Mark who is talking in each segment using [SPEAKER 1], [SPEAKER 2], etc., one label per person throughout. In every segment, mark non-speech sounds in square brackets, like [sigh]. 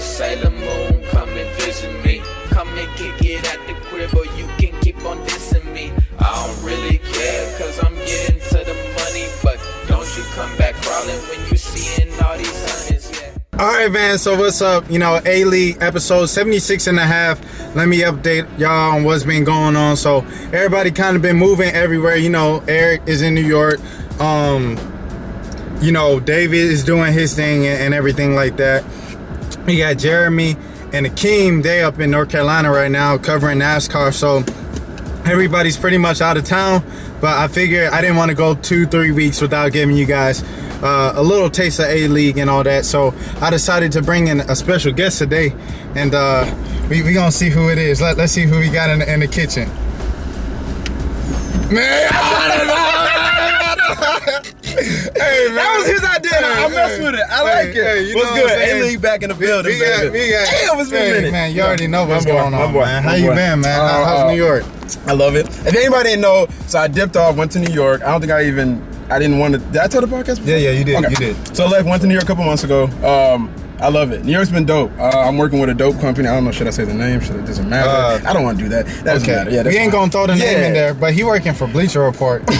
[SPEAKER 1] Sailor Moon, come and visit me. Come and kick it at the crib, or you can keep on dissing me. I don't really care, cause I'm getting to the money. But don't you come back crawling when you seeing all these hundreds, yeah.
[SPEAKER 2] All right, man. So what's up? You know, A League episode 76 and a half. Let me update y'all on what's been going on. So everybody kind of been moving everywhere. You know, Eric is in New York. Um, you know, David is doing his thing and, and everything like that. We got Jeremy and Akeem. They up in North Carolina right now covering NASCAR. So everybody's pretty much out of town. But I figured I didn't want to go two, three weeks without giving you guys uh, a little taste of A League and all that. So I decided to bring in a special guest today, and uh, we we gonna see who it is. Let us see who we got in the, in the kitchen. Man, I don't know. hey man,
[SPEAKER 3] That was his idea. I- I
[SPEAKER 2] Hey,
[SPEAKER 3] mess
[SPEAKER 2] hey,
[SPEAKER 3] with it. I
[SPEAKER 2] hey,
[SPEAKER 3] like it.
[SPEAKER 2] hey, you
[SPEAKER 3] What's
[SPEAKER 2] know
[SPEAKER 3] good?
[SPEAKER 2] what I'm saying?
[SPEAKER 3] A League back in the building.
[SPEAKER 2] We got,
[SPEAKER 3] baby.
[SPEAKER 2] we got.
[SPEAKER 3] Damn, it's been a
[SPEAKER 2] Hey,
[SPEAKER 3] minute.
[SPEAKER 2] man, you already know what's
[SPEAKER 3] boy,
[SPEAKER 2] going
[SPEAKER 3] my
[SPEAKER 2] on,
[SPEAKER 3] boy,
[SPEAKER 2] man.
[SPEAKER 3] my
[SPEAKER 2] How you
[SPEAKER 3] boy.
[SPEAKER 2] been, man?
[SPEAKER 3] Uh,
[SPEAKER 2] How-
[SPEAKER 3] uh,
[SPEAKER 2] How's New York?
[SPEAKER 3] I love it. If anybody didn't know, so I dipped off, went to New York. I don't think I even I didn't want to. Did I tell the podcast? Before?
[SPEAKER 2] Yeah, yeah, you did, you did.
[SPEAKER 3] So I left, went to New York a couple months ago. Um, I love it. New York's been dope. Uh, I'm working with a dope company. I don't know. Should I say the name? Should it doesn't matter.
[SPEAKER 2] Uh,
[SPEAKER 3] I don't want to do that. That doesn't matter. Yeah,
[SPEAKER 2] we
[SPEAKER 3] that's
[SPEAKER 2] ain't
[SPEAKER 3] fine.
[SPEAKER 2] gonna throw the name
[SPEAKER 3] Yeah.
[SPEAKER 2] in there, but he working for Bleacher Report. [laughs]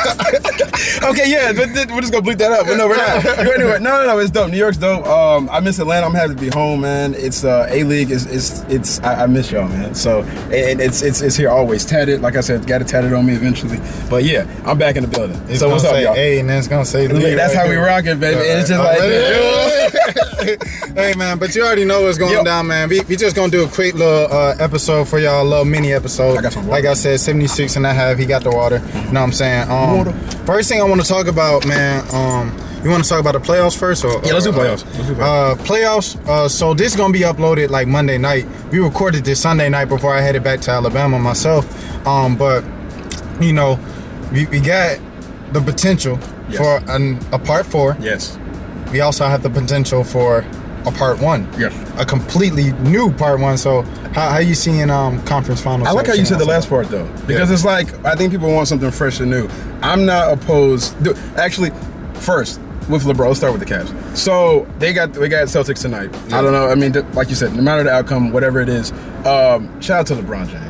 [SPEAKER 3] okay, yeah, but th- we're just gonna bleep that up. But no,
[SPEAKER 2] [laughs]
[SPEAKER 3] we're not. But anyway, no, no, no, it's dope. New York's dope. Um, I miss Atlanta. I'm happy to be home, man. It's uh, A League. Is it's it's I, I miss y'all, man. So and it's it's it's here always tatted. Like I said, got it tatted on me eventually. But yeah, I'm back in the building.
[SPEAKER 2] It's
[SPEAKER 3] so
[SPEAKER 2] gonna
[SPEAKER 3] what's up,
[SPEAKER 2] say
[SPEAKER 3] y'all?
[SPEAKER 2] A, and then it's gonna say
[SPEAKER 3] Look,
[SPEAKER 2] Lee
[SPEAKER 3] that's
[SPEAKER 2] right
[SPEAKER 3] how we
[SPEAKER 2] there.
[SPEAKER 3] rock it, baby. And it's just
[SPEAKER 2] Oh,
[SPEAKER 3] like.
[SPEAKER 2] really? [laughs] hey man, but you already know what's going
[SPEAKER 3] Yep.
[SPEAKER 2] down, man. We, we just gonna do a quick little uh, episode for y'all, a little mini episode.
[SPEAKER 3] I got some water.
[SPEAKER 2] like I said, 76 and a half. He got the water. You know what I'm saying? Um,
[SPEAKER 3] Water.
[SPEAKER 2] First thing I want to talk about, man. Um, you want to talk about the playoffs first, or
[SPEAKER 3] Yeah, let's do
[SPEAKER 2] or-
[SPEAKER 3] playoffs. Let's do
[SPEAKER 2] Uh, playoffs. Uh, so this is gonna be uploaded like Monday night. We recorded this Sunday night before I headed back to Alabama myself. Um, but you know, we, we got the potential
[SPEAKER 3] Yes.
[SPEAKER 2] for an, a part four
[SPEAKER 3] Yes.
[SPEAKER 2] we also have the potential for a part one.
[SPEAKER 3] Yeah.
[SPEAKER 2] A completely new part one. So how, how you seeing um conference finals?
[SPEAKER 3] I like how you said the last part though, because
[SPEAKER 2] Yeah.
[SPEAKER 3] it's like I think people want something fresh and new. I'm not opposed. dude, Actually, first with LeBron, let's start with the Cavs. So they got they got Celtics tonight. I don't know. I mean, th- like you said, no matter the outcome, whatever it is, um, shout out to LeBron James.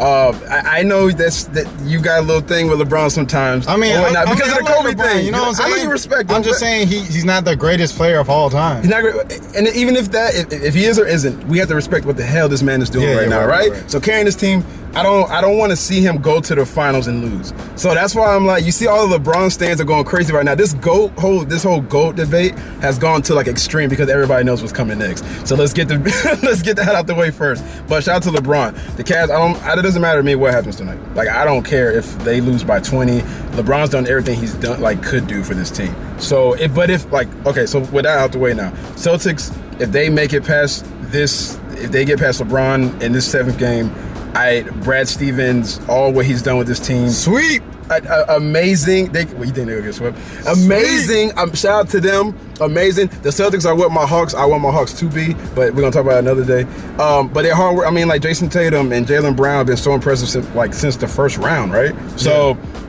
[SPEAKER 3] Uh, I, I know that's that you got a little thing with LeBron sometimes.
[SPEAKER 2] I mean,
[SPEAKER 3] or
[SPEAKER 2] I-
[SPEAKER 3] whatnot,
[SPEAKER 2] I
[SPEAKER 3] Oh, because
[SPEAKER 2] mean,
[SPEAKER 3] of the
[SPEAKER 2] I love
[SPEAKER 3] Kobe
[SPEAKER 2] LeBron,
[SPEAKER 3] thing.
[SPEAKER 2] You know what I'm
[SPEAKER 3] I know
[SPEAKER 2] saying?
[SPEAKER 3] you respect.
[SPEAKER 2] I'm
[SPEAKER 3] him,
[SPEAKER 2] just
[SPEAKER 3] but-
[SPEAKER 2] saying he, he's not the greatest player of all time.
[SPEAKER 3] He's not great. And even if that, if, if he is or isn't, we have to respect what the hell this man is doing
[SPEAKER 2] Yeah,
[SPEAKER 3] right
[SPEAKER 2] yeah,
[SPEAKER 3] now,
[SPEAKER 2] right,
[SPEAKER 3] right?
[SPEAKER 2] right.
[SPEAKER 3] So carrying this team, I don't, I don't want to see him go to the finals and lose. So that's why I'm like, you see, all the LeBron stands are going crazy right now. This goat whole, this whole goat debate has gone to like extreme because everybody knows what's coming next. So let's get the, [laughs] let's get that out the way first. But shout out to LeBron. The Cavs, I don't, I- it doesn't matter to me what happens tonight. Like I don't care if they lose by 20. LeBron's done everything he's done, like could do for this team. So, it, but if like, okay, so with that out the way now, Celtics, if they make it past this, if they get past LeBron in this seventh game, I Brad Stevens, all what he's done with this team,
[SPEAKER 2] Sweet.
[SPEAKER 3] a, a- amazing. They, what you think they'll get swept? Amazing. Um, shout out to them. Amazing. The Celtics are what my Hawks. I want my Hawks to be, but we're gonna talk about it another day. Um, but their hard work. I mean, like Jason Tatum and Jalen Brown have been so impressive since like since the first round, right? So. I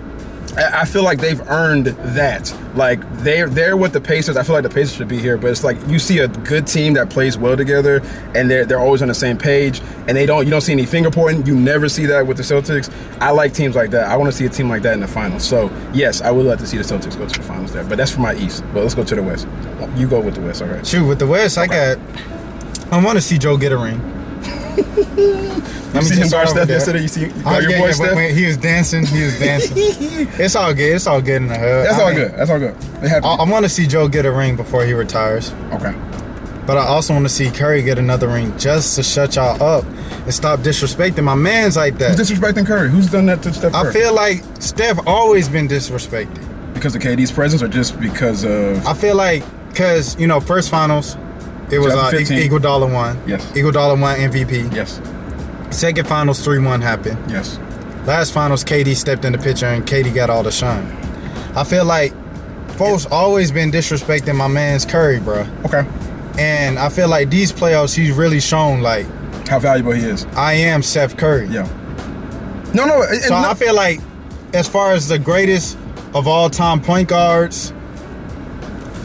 [SPEAKER 3] I feel like they've earned that. Like they're they're what the Pacers. I feel like the Pacers should be here, but it's like you see a good team that plays well together, and they're they're always on the same page, and they don't you don't see any finger pointing. You never see that with the Celtics. I like teams like that. I want to see a team like that in the finals. So yes, I would love to see the Celtics go to the finals there. But that's for my East. But let's go to the West. You go with the West, all right?
[SPEAKER 2] Shoot, with the West, I got. I want to see Joe get a
[SPEAKER 3] [laughs]
[SPEAKER 2] ring. Let
[SPEAKER 3] You see him
[SPEAKER 2] start
[SPEAKER 3] guard Steph
[SPEAKER 2] with that.
[SPEAKER 3] yesterday. You see
[SPEAKER 2] Oh,
[SPEAKER 3] guard your
[SPEAKER 2] yeah,
[SPEAKER 3] boy
[SPEAKER 2] yeah,
[SPEAKER 3] Steph.
[SPEAKER 2] when- when he was dancing. He was dancing.
[SPEAKER 3] [laughs]
[SPEAKER 2] it's all good. It's all good in the hood.
[SPEAKER 3] That's
[SPEAKER 2] I
[SPEAKER 3] all
[SPEAKER 2] mean,
[SPEAKER 3] good. That's all good. They have
[SPEAKER 2] I, I want to see Joe get a ring before he retires.
[SPEAKER 3] okay.
[SPEAKER 2] But I also want to see Curry get another ring just to shut y'all up and stop disrespecting my man's like that.
[SPEAKER 3] Who's disrespecting Curry? Who's done that to Steph? Curry?
[SPEAKER 2] I feel like Steph always been disrespected.
[SPEAKER 3] because of KD's presence, or just because of
[SPEAKER 2] I feel like because you know first finals, it was uh,
[SPEAKER 3] 2015.
[SPEAKER 2] Iguodala won.
[SPEAKER 3] Yes.
[SPEAKER 2] Iguodala won MVP.
[SPEAKER 3] Yes.
[SPEAKER 2] Second finals three one happened.
[SPEAKER 3] Yes.
[SPEAKER 2] Last finals KD stepped in the picture and KD got all the shine. I feel like folks always been disrespecting my man's Curry, bro.
[SPEAKER 3] Okay.
[SPEAKER 2] And I feel like these playoffs he's really shown like
[SPEAKER 3] How valuable he is.
[SPEAKER 2] I am Steph Curry.
[SPEAKER 3] Yeah. No, no. And, and
[SPEAKER 2] So
[SPEAKER 3] no-
[SPEAKER 2] I feel like, as far as the greatest of all time point guards,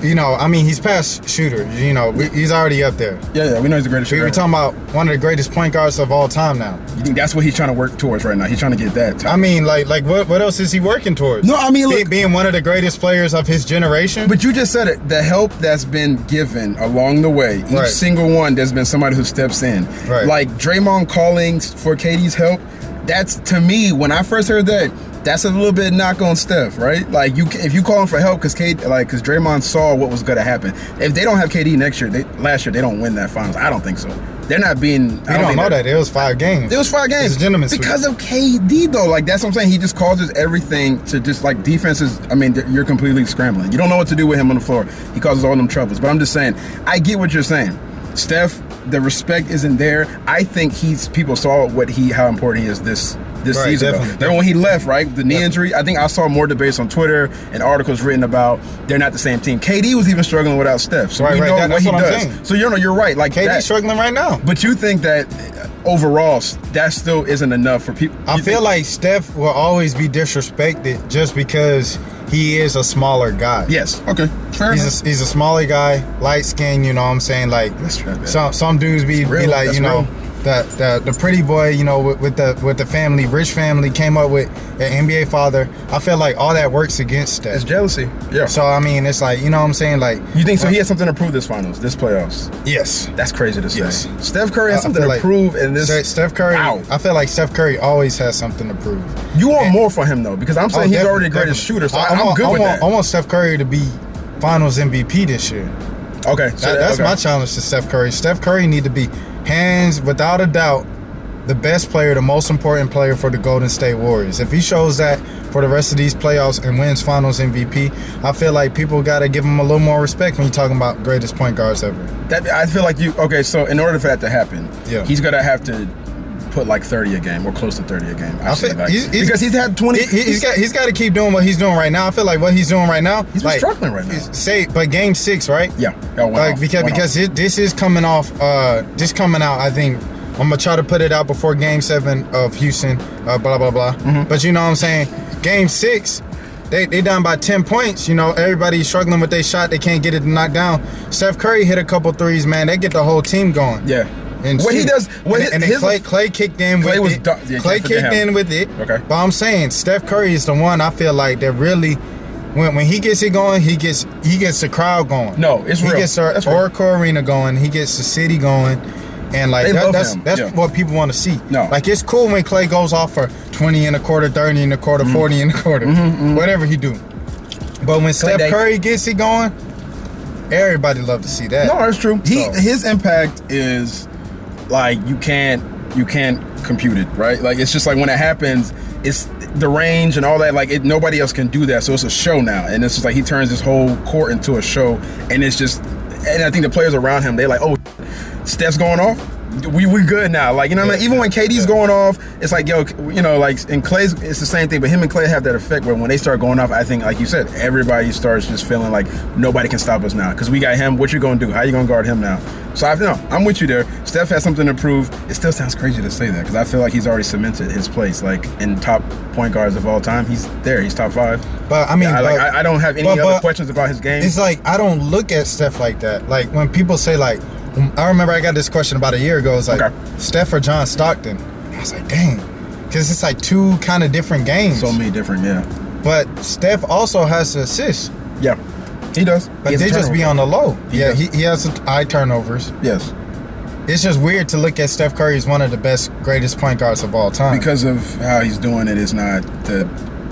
[SPEAKER 2] you know, I mean, he's past shooter. You know, we, he's already up there.
[SPEAKER 3] Yeah, yeah, we know he's the greatest
[SPEAKER 2] We
[SPEAKER 3] shooter.
[SPEAKER 2] were
[SPEAKER 3] ever.
[SPEAKER 2] talking about one of the greatest point guards of all time now.
[SPEAKER 3] You think that's what he's trying to work towards right now? He's trying to get that.
[SPEAKER 2] I mean, like, like what, what else is he working towards?
[SPEAKER 3] No, I mean,
[SPEAKER 2] Be-
[SPEAKER 3] look-
[SPEAKER 2] being one of the greatest players of his generation.
[SPEAKER 3] But you just said it. The help that's been given along the way, each
[SPEAKER 2] Right.
[SPEAKER 3] single one, there's been somebody who steps in.
[SPEAKER 2] Right.
[SPEAKER 3] Like Draymond calling for Katie's help. That's to me when I first heard that. That's a little bit knock on Steph, right? Like you, if you calling for help because Kate, like because Draymond saw what was going to happen. If they don't have KD next year, they, last year they don't win that finals. I don't think so. They're not being.
[SPEAKER 2] you
[SPEAKER 3] I
[SPEAKER 2] don't,
[SPEAKER 3] think
[SPEAKER 2] know
[SPEAKER 3] they're-
[SPEAKER 2] that it was five games.
[SPEAKER 3] it was five games.
[SPEAKER 2] It's a gentleman's sweep.
[SPEAKER 3] because of KD though. Like that's what I'm saying. He just causes everything to just like defenses. I mean, th- you're completely scrambling. You don't know what to do with him on the floor. He causes all them troubles. But I'm just saying, I get what you're saying. Steph, the respect isn't there. I think he's people saw what he how important he is this this
[SPEAKER 2] Right,
[SPEAKER 3] season. though.
[SPEAKER 2] definitely.
[SPEAKER 3] Remember when he left, right? The knee injury. I think I saw more debates on Twitter and articles written about they're not the same team. KD was even struggling without Steph. So
[SPEAKER 2] Right,
[SPEAKER 3] we
[SPEAKER 2] right.
[SPEAKER 3] know
[SPEAKER 2] That-
[SPEAKER 3] what
[SPEAKER 2] that's
[SPEAKER 3] he
[SPEAKER 2] what I'm
[SPEAKER 3] does.
[SPEAKER 2] saying.
[SPEAKER 3] so you know you're right. Like
[SPEAKER 2] KD's
[SPEAKER 3] that-
[SPEAKER 2] struggling right now.
[SPEAKER 3] but you think that overall s- that still isn't enough for people?
[SPEAKER 2] I feel like Steph will always be disrespected just because he is a smaller guy.
[SPEAKER 3] yes. Okay. Fair enough.
[SPEAKER 2] He's a, he's a smaller guy, light skin. You know what I'm saying? Like
[SPEAKER 3] That's true, man.
[SPEAKER 2] some some dudes be,
[SPEAKER 3] That's real,
[SPEAKER 2] be like
[SPEAKER 3] that's
[SPEAKER 2] you know
[SPEAKER 3] real.
[SPEAKER 2] the, the the pretty boy. You know with, with the with the family, rich family came up with an NBA father. I feel like all that works against
[SPEAKER 3] it's
[SPEAKER 2] that.
[SPEAKER 3] jealousy. Yeah.
[SPEAKER 2] So I mean, it's like you know what I'm saying? Like
[SPEAKER 3] you think so? He has something to prove this finals, this playoffs.
[SPEAKER 2] yes,
[SPEAKER 3] That's crazy to say.
[SPEAKER 2] Yes.
[SPEAKER 3] Steph Curry
[SPEAKER 2] I-
[SPEAKER 3] has
[SPEAKER 2] I
[SPEAKER 3] something
[SPEAKER 2] feel
[SPEAKER 3] to
[SPEAKER 2] like
[SPEAKER 3] prove in this.
[SPEAKER 2] Ste- Steph Curry.
[SPEAKER 3] Wow.
[SPEAKER 2] I feel like Steph Curry always has something to prove.
[SPEAKER 3] you want more for him though, because I'm saying
[SPEAKER 2] Oh,
[SPEAKER 3] he's
[SPEAKER 2] definitely,
[SPEAKER 3] already the greatest
[SPEAKER 2] definitely.
[SPEAKER 3] shooter. So
[SPEAKER 2] I-
[SPEAKER 3] I, am
[SPEAKER 2] want-
[SPEAKER 3] good
[SPEAKER 2] I
[SPEAKER 3] with
[SPEAKER 2] want,
[SPEAKER 3] that.
[SPEAKER 2] I want Steph Curry to be Finals MVP this year.
[SPEAKER 3] okay. So
[SPEAKER 2] That- that's
[SPEAKER 3] okay.
[SPEAKER 2] my challenge to Steph Curry. Steph Curry need to be hands without a doubt the best player, the most important player for the Golden State Warriors. If he shows that for the rest of these playoffs and wins Finals MVP, I feel like people got to give him a little more respect when you're talking about greatest point guards ever.
[SPEAKER 3] That I feel like you. Okay. So in order for that to happen,
[SPEAKER 2] Yeah.
[SPEAKER 3] he's gonna have to. Put like thirty a game, or close to thirty a game. I,
[SPEAKER 2] I
[SPEAKER 3] say
[SPEAKER 2] feel-
[SPEAKER 3] like,
[SPEAKER 2] he's- he's-
[SPEAKER 3] because he's had twenty.
[SPEAKER 2] He, he- he's got he's got to keep doing what he's doing right now. I feel like what he's doing right now.
[SPEAKER 3] He's been
[SPEAKER 2] like,
[SPEAKER 3] struggling right now.
[SPEAKER 2] is- Say, but game six, right?
[SPEAKER 3] Yeah, Oh, yeah, one
[SPEAKER 2] like
[SPEAKER 3] off,
[SPEAKER 2] because
[SPEAKER 3] one
[SPEAKER 2] because it, this is coming off. Uh, this coming out. I think I'm gonna try to put it out before game seven of Houston. Uh, blah blah blah. But you know what I'm saying. Game six. They, they down by 10 points. You know, everybody's struggling with their shot. They can't get it knocked down. Steph Curry hit a couple threes, man. They get the whole team going.
[SPEAKER 3] Yeah.
[SPEAKER 2] And
[SPEAKER 3] What he
[SPEAKER 2] shoot.
[SPEAKER 3] does- what
[SPEAKER 2] and,
[SPEAKER 3] his-
[SPEAKER 2] and then
[SPEAKER 3] his-
[SPEAKER 2] Clay, Clay kicked in
[SPEAKER 3] Clay
[SPEAKER 2] with
[SPEAKER 3] was
[SPEAKER 2] it.
[SPEAKER 3] done- yeah,
[SPEAKER 2] Clay
[SPEAKER 3] can't forget
[SPEAKER 2] kicked
[SPEAKER 3] him.
[SPEAKER 2] in with it.
[SPEAKER 3] Okay.
[SPEAKER 2] But I'm saying Steph Curry is the one I feel like that really, when, when he gets it going, he gets he gets the crowd going.
[SPEAKER 3] No, it's
[SPEAKER 2] he
[SPEAKER 3] real.
[SPEAKER 2] He gets our
[SPEAKER 3] That's real.
[SPEAKER 2] Oracle Arena going. He gets the city going. And like
[SPEAKER 3] They
[SPEAKER 2] that,
[SPEAKER 3] love
[SPEAKER 2] that's
[SPEAKER 3] him.
[SPEAKER 2] that's
[SPEAKER 3] Yeah.
[SPEAKER 2] what people want to see.
[SPEAKER 3] No.
[SPEAKER 2] like it's cool when Clay goes off for twenty and a quarter, thirty and a quarter,
[SPEAKER 3] Mm-hmm.
[SPEAKER 2] forty and a quarter, whatever he do. But when Steph
[SPEAKER 3] Day.
[SPEAKER 2] Curry gets it going, everybody love to see that.
[SPEAKER 3] No, that's true. He
[SPEAKER 2] So-
[SPEAKER 3] his impact is like you can't you can't compute it, right? Like it's just like when it happens, it's the range and all that. Like it, nobody else can do that. So it's a show now, and it's just like he turns his whole court into a show, and it's just. And I think the players around him, they like, oh, Steph's going off. We we good now. Like you know, what I mean? even when KD's going off, it's like yo, you know, like and Clay's, it's the same thing. But him and Clay have that effect where when they start going off, I think, like you said, everybody starts just feeling like nobody can stop us now because we got him. What you gonna do? How you gonna guard him now? So I no, I'm with you there. Steph has something to prove. It still sounds crazy to say that because I feel like he's already cemented his place, like in top point guards of all time. He's there. He's top five.
[SPEAKER 2] But I mean,
[SPEAKER 3] I, like,
[SPEAKER 2] but-
[SPEAKER 3] I, I don't have any
[SPEAKER 2] but-
[SPEAKER 3] other
[SPEAKER 2] but-
[SPEAKER 3] questions about his game.
[SPEAKER 2] It's like I don't look at Steph like that. Like when people say like, I remember I got this question about a year ago. It's like
[SPEAKER 3] Okay.
[SPEAKER 2] Steph or John Stockton. I was like, dang, because it's like two kind of different games.
[SPEAKER 3] So many different. Yeah,
[SPEAKER 2] but Steph also has to assist,
[SPEAKER 3] yeah, he does.
[SPEAKER 2] but
[SPEAKER 3] He has a
[SPEAKER 2] they just be
[SPEAKER 3] turnover.
[SPEAKER 2] on the low.
[SPEAKER 3] He
[SPEAKER 2] yeah,
[SPEAKER 3] does.
[SPEAKER 2] he, he has some eye turnovers.
[SPEAKER 3] Yes.
[SPEAKER 2] It's just weird to look at Steph Curry as one of the best, greatest point guards of all time.
[SPEAKER 3] because of how he's doing it is not the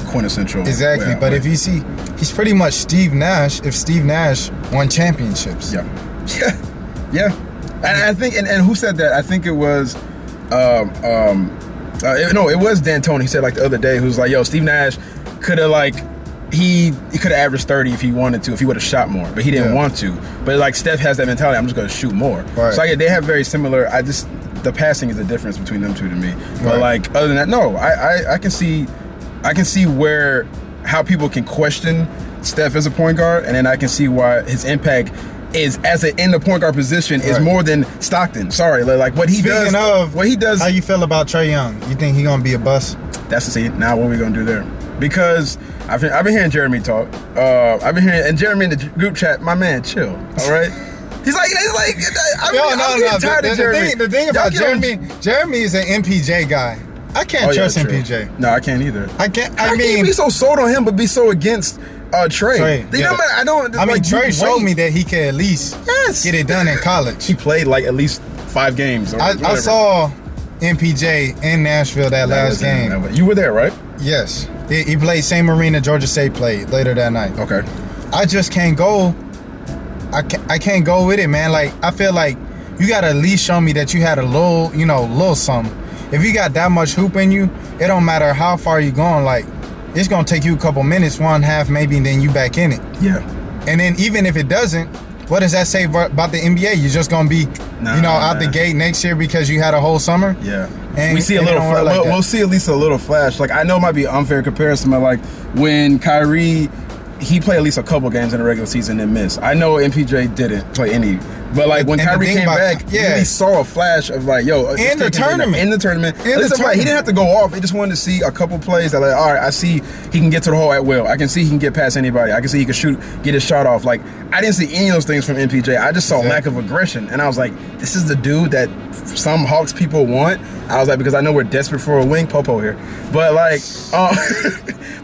[SPEAKER 3] quintessential.
[SPEAKER 2] exactly.
[SPEAKER 3] way out,
[SPEAKER 2] but if you see, he's pretty much Steve Nash. If Steve Nash won championships,
[SPEAKER 3] yeah, [laughs] yeah, yeah, and I think and, and who said that? I think it was, um, um, uh, it- no, it was D'Antoni. He said like the other day, who's like, yo, Steve Nash could have like. He, he could have averaged 30 if he wanted to, if he would have shot more, but he
[SPEAKER 2] Yeah.
[SPEAKER 3] didn't want to. But like Steph has that mentality, I'm just going to shoot more.
[SPEAKER 2] Right.
[SPEAKER 3] So I get they have very similar. I just, the passing is the difference between them two to me. But
[SPEAKER 2] Right.
[SPEAKER 3] like, other than that, no, I, I I can see, I can see where how people can question Steph as a point guard, and then I can see why his impact is as a, in the point guard position is
[SPEAKER 2] Right.
[SPEAKER 3] more than Stockton. Sorry, li- like what he
[SPEAKER 2] Speaking
[SPEAKER 3] does,
[SPEAKER 2] of
[SPEAKER 3] what he does.
[SPEAKER 2] How you feel about Trey Young? You think he gonna be a bust?
[SPEAKER 3] that's the scene. Now what we gonna do there? because I've been, I've been hearing Jeremy talk. Uh, I've been hearing and Jeremy in the group chat. My man, chill.
[SPEAKER 2] [laughs]
[SPEAKER 3] All right. He's like, he's like, I'm,
[SPEAKER 2] Yo,
[SPEAKER 3] I'm
[SPEAKER 2] no,
[SPEAKER 3] getting
[SPEAKER 2] no.
[SPEAKER 3] tired
[SPEAKER 2] The,
[SPEAKER 3] of
[SPEAKER 2] the
[SPEAKER 3] Jeremy.
[SPEAKER 2] thing, the thing
[SPEAKER 3] Y'all
[SPEAKER 2] about
[SPEAKER 3] get on-
[SPEAKER 2] Jeremy, Jeremy is an MPJ guy. I can't
[SPEAKER 3] Oh, yeah,
[SPEAKER 2] trust
[SPEAKER 3] true.
[SPEAKER 2] MPJ.
[SPEAKER 3] No, I can't either.
[SPEAKER 2] I can't. I,
[SPEAKER 3] I
[SPEAKER 2] mean,
[SPEAKER 3] can't be so sold on him, but be so against uh, Trey.
[SPEAKER 2] Trey,
[SPEAKER 3] They
[SPEAKER 2] yeah.
[SPEAKER 3] don't matter- I don't.
[SPEAKER 2] I mean,
[SPEAKER 3] like,
[SPEAKER 2] Trey
[SPEAKER 3] you
[SPEAKER 2] showed
[SPEAKER 3] wait.
[SPEAKER 2] me that he can at least
[SPEAKER 3] Yes.
[SPEAKER 2] get it done in college.
[SPEAKER 3] He played like at least five games. Or
[SPEAKER 2] I, I
[SPEAKER 3] whatever.
[SPEAKER 2] saw MPJ in Nashville that,
[SPEAKER 3] That
[SPEAKER 2] last
[SPEAKER 3] was in-
[SPEAKER 2] game.
[SPEAKER 3] that was- You were there, right?
[SPEAKER 2] Yes, he, he played same arena Georgia State played later that night.
[SPEAKER 3] Okay.
[SPEAKER 2] I just can't go. I can't, I can't go with it, man. Like I feel like you gotta at least show me that you had a little, you know, little something. If you got that much hoop in you, it don't matter how far you going. Like it's gonna take you a couple minutes, one half maybe, and then you back in it.
[SPEAKER 3] Yeah.
[SPEAKER 2] And then even if it doesn't, what does that say vo- about the NBA? You're just gonna be,
[SPEAKER 3] Nah,
[SPEAKER 2] you know, out the
[SPEAKER 3] man.
[SPEAKER 2] gate next year because you had a whole summer.
[SPEAKER 3] Yeah.
[SPEAKER 2] And-
[SPEAKER 3] we see a
[SPEAKER 2] and it
[SPEAKER 3] little.
[SPEAKER 2] don't
[SPEAKER 3] Fla-
[SPEAKER 2] work like
[SPEAKER 3] we'll,
[SPEAKER 2] that.
[SPEAKER 3] we'll see at least a little flash. Like I know it might be an unfair comparison, but like when Kyrie, he played at least a couple games in the regular season and missed. I know MPJ didn't play any, but like when
[SPEAKER 2] And the
[SPEAKER 3] Kyrie
[SPEAKER 2] thing
[SPEAKER 3] came
[SPEAKER 2] about-
[SPEAKER 3] back,
[SPEAKER 2] yeah.
[SPEAKER 3] yeah, he saw a flash of like, yo, uh, this
[SPEAKER 2] In the
[SPEAKER 3] kid can play
[SPEAKER 2] tournament.
[SPEAKER 3] in the tournament.
[SPEAKER 2] In
[SPEAKER 3] At
[SPEAKER 2] the
[SPEAKER 3] least I'm like, he didn't have to go off. He just wanted to see a couple plays that like, all right, I see he can get to the hole at will. I can see he can get past anybody. I can see he can shoot, get his shot off. Like I didn't see any of those things from MPJ. I just saw
[SPEAKER 2] Exactly.
[SPEAKER 3] lack of aggression, and I was like, this is the dude that some Hawks people want. I was like, because I know we're desperate for a wing popo here, but like, uh, [laughs]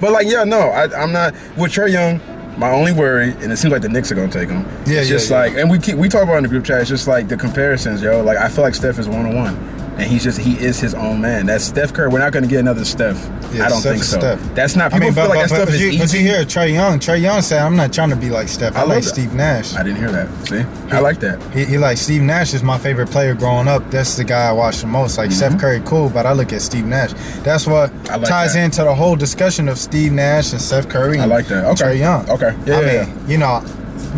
[SPEAKER 3] but like, yeah, no, I, I'm not with Trey Young. My only worry, and it seems like the Knicks are gonna take him.
[SPEAKER 2] Yeah,
[SPEAKER 3] it's
[SPEAKER 2] yeah,
[SPEAKER 3] just
[SPEAKER 2] yeah.
[SPEAKER 3] like, and we keep we talk about it in the group chat. It's just like the comparisons, yo. Like I feel like Steph is one on one, and he's just he is his own man. That's Steph Curry. We're not gonna get another Steph.
[SPEAKER 2] Yeah,
[SPEAKER 3] I don't
[SPEAKER 2] Steph
[SPEAKER 3] think
[SPEAKER 2] is
[SPEAKER 3] so.
[SPEAKER 2] Steph.
[SPEAKER 3] That's not. People feel like that stuff
[SPEAKER 2] but
[SPEAKER 3] is
[SPEAKER 2] you, but
[SPEAKER 3] easy.
[SPEAKER 2] you hear Trey Young. Trey Young said, "I'm not trying to be like Steph. I,
[SPEAKER 3] love
[SPEAKER 2] like
[SPEAKER 3] that.
[SPEAKER 2] Steve Nash.
[SPEAKER 3] I didn't hear that. See, I like that.
[SPEAKER 2] He, he like Steve Nash is my favorite player growing up. That's the guy I watched the most. Like Steph Curry, cool, but I look at Steve Nash. That's what
[SPEAKER 3] Mm-hmm. I like
[SPEAKER 2] ties
[SPEAKER 3] that.
[SPEAKER 2] into the whole discussion of Steve Nash and Steph Curry.
[SPEAKER 3] I
[SPEAKER 2] and
[SPEAKER 3] like that. Okay.
[SPEAKER 2] Trae Young.
[SPEAKER 3] Okay. Yeah,
[SPEAKER 2] I
[SPEAKER 3] yeah,
[SPEAKER 2] mean, you know,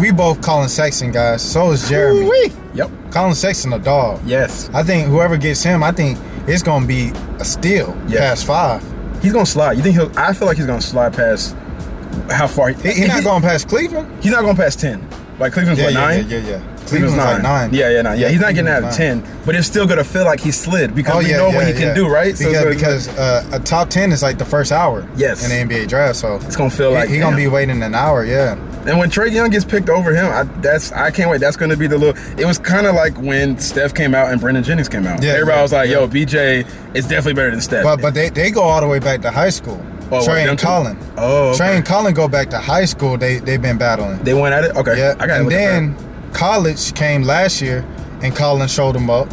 [SPEAKER 2] we both Colin Sexton guys. So is Jeremy.
[SPEAKER 3] Ooh-wee. Yep.
[SPEAKER 2] Colin Sexton a dog.
[SPEAKER 3] Yes.
[SPEAKER 2] I think whoever gets him, I think it's gonna be a steal
[SPEAKER 3] Yeah.
[SPEAKER 2] past five.
[SPEAKER 3] He's gonna slide. You think he'll? I feel like he's gonna slide past how far?
[SPEAKER 2] He, he
[SPEAKER 3] if
[SPEAKER 2] not going past Cleveland.
[SPEAKER 3] He's not going past ten. Like Cleveland's
[SPEAKER 2] Yeah,
[SPEAKER 3] what
[SPEAKER 2] yeah,
[SPEAKER 3] nine?
[SPEAKER 2] yeah, yeah, yeah. Cleveland's like nine.
[SPEAKER 3] Yeah, yeah, nine. Yeah, he's not getting out of
[SPEAKER 2] Cleveland's
[SPEAKER 3] ten, but it's still gonna feel like he slid because we know what he can
[SPEAKER 2] Oh, yeah.
[SPEAKER 3] do, right?
[SPEAKER 2] Because,
[SPEAKER 3] it's gonna-
[SPEAKER 2] because uh, a top ten is like the first hour.
[SPEAKER 3] Yes.
[SPEAKER 2] In the NBA draft, so
[SPEAKER 3] It's gonna feel like,
[SPEAKER 2] he, he gonna be
[SPEAKER 3] damn.
[SPEAKER 2] waiting an hour. Yeah.
[SPEAKER 3] And when Trey Young gets picked over him, I, that's I can't wait. That's going to be the little. It was kind of like when Steph came out and Brendan Jennings came out.
[SPEAKER 2] Yeah,
[SPEAKER 3] Everybody
[SPEAKER 2] yeah,
[SPEAKER 3] was like, "Yo, BJ is definitely better than Steph."
[SPEAKER 2] But but they, they go all the way back to high school.
[SPEAKER 3] Oh,
[SPEAKER 2] Trey
[SPEAKER 3] them
[SPEAKER 2] and
[SPEAKER 3] two?
[SPEAKER 2] Colin.
[SPEAKER 3] Oh, okay.
[SPEAKER 2] Trey and Colin go back to high school. They they've been battling.
[SPEAKER 3] they went at it. Okay,
[SPEAKER 2] yeah.
[SPEAKER 3] I got
[SPEAKER 2] and then college came last year, and Colin showed them up.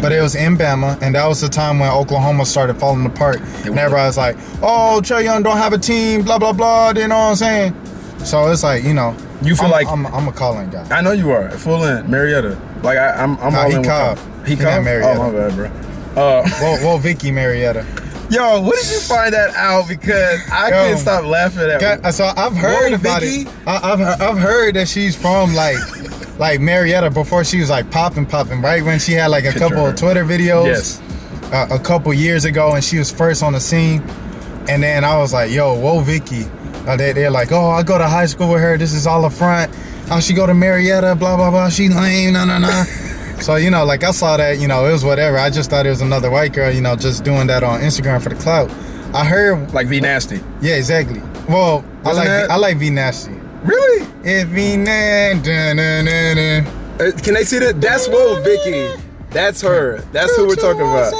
[SPEAKER 2] But it was in Bama, and that was the time when Oklahoma started falling apart.
[SPEAKER 3] They
[SPEAKER 2] And everybody was like, "Oh, Trey Young don't have a team." Blah blah blah. You know what I'm saying? So it's like you know,
[SPEAKER 3] You feel
[SPEAKER 2] I'm,
[SPEAKER 3] like-
[SPEAKER 2] I'm, I'm a Colin guy.
[SPEAKER 3] I know you are full in Marietta. Like I, I'm, I'm
[SPEAKER 2] Nah,
[SPEAKER 3] all
[SPEAKER 2] he
[SPEAKER 3] in. with
[SPEAKER 2] Cobb.
[SPEAKER 3] Cobb.
[SPEAKER 2] He
[SPEAKER 3] He
[SPEAKER 2] not
[SPEAKER 3] Cobb.
[SPEAKER 2] Marietta.
[SPEAKER 3] Oh my bad, bro. Uh, [laughs]
[SPEAKER 2] Well, well, Vicky Marietta.
[SPEAKER 3] yo, what did you find that out? Because I
[SPEAKER 2] Yo.
[SPEAKER 3] couldn't stop laughing at.
[SPEAKER 2] Got- So I've heard
[SPEAKER 3] Whoa,
[SPEAKER 2] about
[SPEAKER 3] Vicky.
[SPEAKER 2] it. I, I've he- I've heard that she's from like like Marietta before she was like popping popping right when she had like a
[SPEAKER 3] Picture
[SPEAKER 2] couple
[SPEAKER 3] her.
[SPEAKER 2] of Twitter videos
[SPEAKER 3] Yes.
[SPEAKER 2] uh, a couple years ago and she was first on the scene and then I was like yo whoa Vicky Uh, they, they're like oh I go to high school with her this is all a front how she go to Marietta blah blah blah she lame no no no. So you know, like I saw that, you know, it was whatever. I just thought it was another white girl, you know, just doing that on Instagram for the clout. I heard
[SPEAKER 3] Like V Nasty.
[SPEAKER 2] yeah, exactly. Well, I
[SPEAKER 3] Wasn't
[SPEAKER 2] like
[SPEAKER 3] that-
[SPEAKER 2] I like V Nasty.
[SPEAKER 3] Really?
[SPEAKER 2] If V Nasty, dun, dun, dun, dun.
[SPEAKER 3] Uh, Can they see that? That's whoa, Vicky. That's her. That's who we're talking about.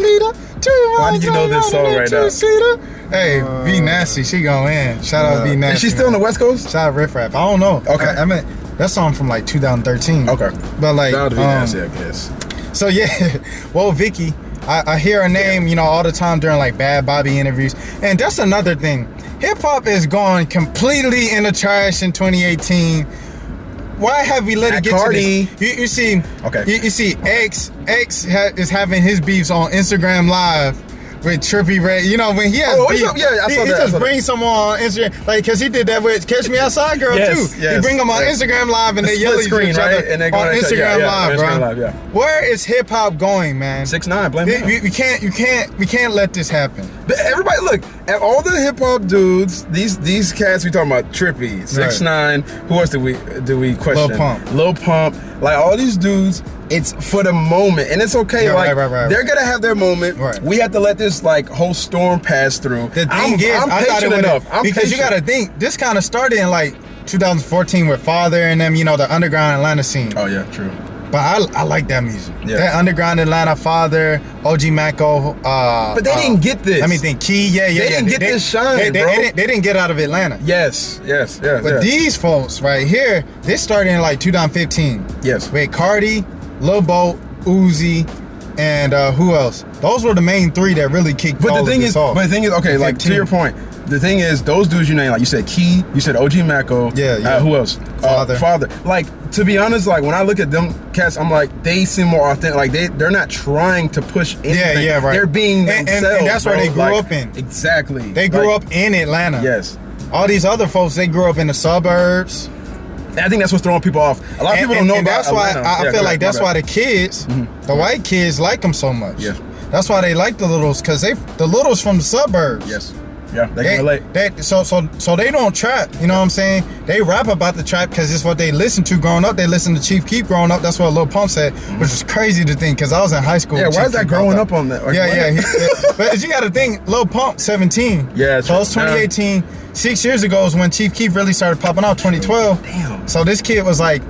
[SPEAKER 3] Why
[SPEAKER 2] Why
[SPEAKER 3] do you know this song right now?
[SPEAKER 2] Hey, V Nasty, she going in. Shout out V Nasty.
[SPEAKER 3] Is she still on
[SPEAKER 2] man.
[SPEAKER 3] the West Coast?
[SPEAKER 2] Shout out Riff Raff. I don't know.
[SPEAKER 3] Okay.
[SPEAKER 2] I, I mean, that song from like 2013.
[SPEAKER 3] Okay.
[SPEAKER 2] But like,
[SPEAKER 3] That would be
[SPEAKER 2] um,
[SPEAKER 3] nasty, I guess.
[SPEAKER 2] So yeah, [laughs] well, Vicky, I, I hear her name, you know, all the time during like Bad Bobby interviews, and that's another thing. Hip hop is gone completely in the trash in 2018. Why have we let it
[SPEAKER 3] At
[SPEAKER 2] get
[SPEAKER 3] Cardi.
[SPEAKER 2] to this? You, you see,
[SPEAKER 3] Okay.
[SPEAKER 2] You, you see, X X ha- is having his beefs on Instagram Live with Trippy Red. You know when he has
[SPEAKER 3] Oh,
[SPEAKER 2] beef,
[SPEAKER 3] it's up- yeah, I
[SPEAKER 2] he,
[SPEAKER 3] saw
[SPEAKER 2] he
[SPEAKER 3] that, I
[SPEAKER 2] just
[SPEAKER 3] saw that.
[SPEAKER 2] brings someone on Instagram, like because he did that with Catch Me Outside Girl
[SPEAKER 3] Yes,
[SPEAKER 2] too. He
[SPEAKER 3] yes,
[SPEAKER 2] bring them on
[SPEAKER 3] yes.
[SPEAKER 2] Instagram Live and
[SPEAKER 3] The
[SPEAKER 2] they
[SPEAKER 3] split
[SPEAKER 2] yell at
[SPEAKER 3] screen,
[SPEAKER 2] each
[SPEAKER 3] right?
[SPEAKER 2] other
[SPEAKER 3] And they go
[SPEAKER 2] on
[SPEAKER 3] on that-
[SPEAKER 2] Instagram
[SPEAKER 3] yeah, yeah,
[SPEAKER 2] Live, bro.
[SPEAKER 3] Instagram Live, yeah.
[SPEAKER 2] Where is hip hop going, man?
[SPEAKER 3] Six nine, blame
[SPEAKER 2] We,
[SPEAKER 3] me.
[SPEAKER 2] we- we can't, you can't, we can't let this happen.
[SPEAKER 3] But everybody, look at all the hip hop dudes. These these cats we talking about: Trippy, Six Nine. Who else do we do we question?
[SPEAKER 2] Lil Pump.
[SPEAKER 3] Lil Pump. Like all these dudes, it's for the moment, and it's okay.
[SPEAKER 2] Yeah,
[SPEAKER 3] like
[SPEAKER 2] right, right, right,
[SPEAKER 3] they're gonna have their moment.
[SPEAKER 2] Right.
[SPEAKER 3] We have to let this like whole storm pass through.
[SPEAKER 2] The thing
[SPEAKER 3] I'm,
[SPEAKER 2] is,
[SPEAKER 3] I'm
[SPEAKER 2] i thought it
[SPEAKER 3] patient
[SPEAKER 2] would
[SPEAKER 3] enough. I'm
[SPEAKER 2] because you
[SPEAKER 3] patient.
[SPEAKER 2] got to think. This kind of started in like 2014 with Father and them. You know, the underground Atlanta scene.
[SPEAKER 3] Oh yeah, true.
[SPEAKER 2] But I, I like that music.
[SPEAKER 3] Yeah.
[SPEAKER 2] That underground Atlanta Father, OG Macko. Uh,
[SPEAKER 3] But they
[SPEAKER 2] uh,
[SPEAKER 3] didn't get this.
[SPEAKER 2] Let me think. Key, yeah, yeah.
[SPEAKER 3] They
[SPEAKER 2] yeah.
[SPEAKER 3] didn't get this shine,
[SPEAKER 2] they, they,
[SPEAKER 3] bro.
[SPEAKER 2] They didn't, they didn't get out of Atlanta.
[SPEAKER 3] Yes, yes, yes.
[SPEAKER 2] But
[SPEAKER 3] yes.
[SPEAKER 2] these folks right here, they started in like 2015.
[SPEAKER 3] Yes.
[SPEAKER 2] With Cardi, Lil Boat, Uzi, and uh, who else? Those were the main three that really kicked
[SPEAKER 3] But
[SPEAKER 2] all of
[SPEAKER 3] the thing
[SPEAKER 2] this
[SPEAKER 3] is,
[SPEAKER 2] off.
[SPEAKER 3] but the thing is, okay, like to
[SPEAKER 2] 15.
[SPEAKER 3] your point, the thing is, those dudes you name, like you said, Key, you said OG Macko,
[SPEAKER 2] Yeah, yeah.
[SPEAKER 3] Uh, who else?
[SPEAKER 2] Father.
[SPEAKER 3] uh, Father. Like to be honest, like when I look at them cats, I'm like, they seem more authentic. Like they, they're not trying to push anything.
[SPEAKER 2] Yeah, yeah, right.
[SPEAKER 3] They're being
[SPEAKER 2] And- and- and
[SPEAKER 3] themselves.
[SPEAKER 2] that's where
[SPEAKER 3] bro.
[SPEAKER 2] they grew
[SPEAKER 3] Like,
[SPEAKER 2] up in.
[SPEAKER 3] Exactly.
[SPEAKER 2] they grew up in Atlanta.
[SPEAKER 3] Yes.
[SPEAKER 2] All these other folks, they grew up in the suburbs.
[SPEAKER 3] And I think that's what's throwing people off. A lot of people don't know about
[SPEAKER 2] that's why
[SPEAKER 3] Atlanta.
[SPEAKER 2] I, I
[SPEAKER 3] Yeah,
[SPEAKER 2] feel
[SPEAKER 3] go
[SPEAKER 2] like
[SPEAKER 3] ahead, my
[SPEAKER 2] that's
[SPEAKER 3] bad. Mm-hmm.
[SPEAKER 2] why the kids, the white kids, like them so much.
[SPEAKER 3] Yeah.
[SPEAKER 2] That's why they like the littles because they the littles from the suburbs.
[SPEAKER 3] Yes. Yeah, they
[SPEAKER 2] They,
[SPEAKER 3] can relate.
[SPEAKER 2] they- so so so they don't trap. You know what I'm saying? They rap about the trap because it's what they listen to growing up. They listen to Chief Keef growing up. That's what Lil Pump said, which was crazy to think because I was in high school.
[SPEAKER 3] Yeah,
[SPEAKER 2] when
[SPEAKER 3] why
[SPEAKER 2] Chief
[SPEAKER 3] is that
[SPEAKER 2] Keef
[SPEAKER 3] growing
[SPEAKER 2] popped
[SPEAKER 3] up on that? Like,
[SPEAKER 2] yeah,
[SPEAKER 3] what?
[SPEAKER 2] yeah, he- But you got to think, Lil Pump 17.
[SPEAKER 3] [laughs] Yeah,
[SPEAKER 2] so it's
[SPEAKER 3] true. Yeah.
[SPEAKER 2] 2018. Six years ago is when Chief Keef really started popping out. 2012.
[SPEAKER 3] Damn.
[SPEAKER 2] So this kid was like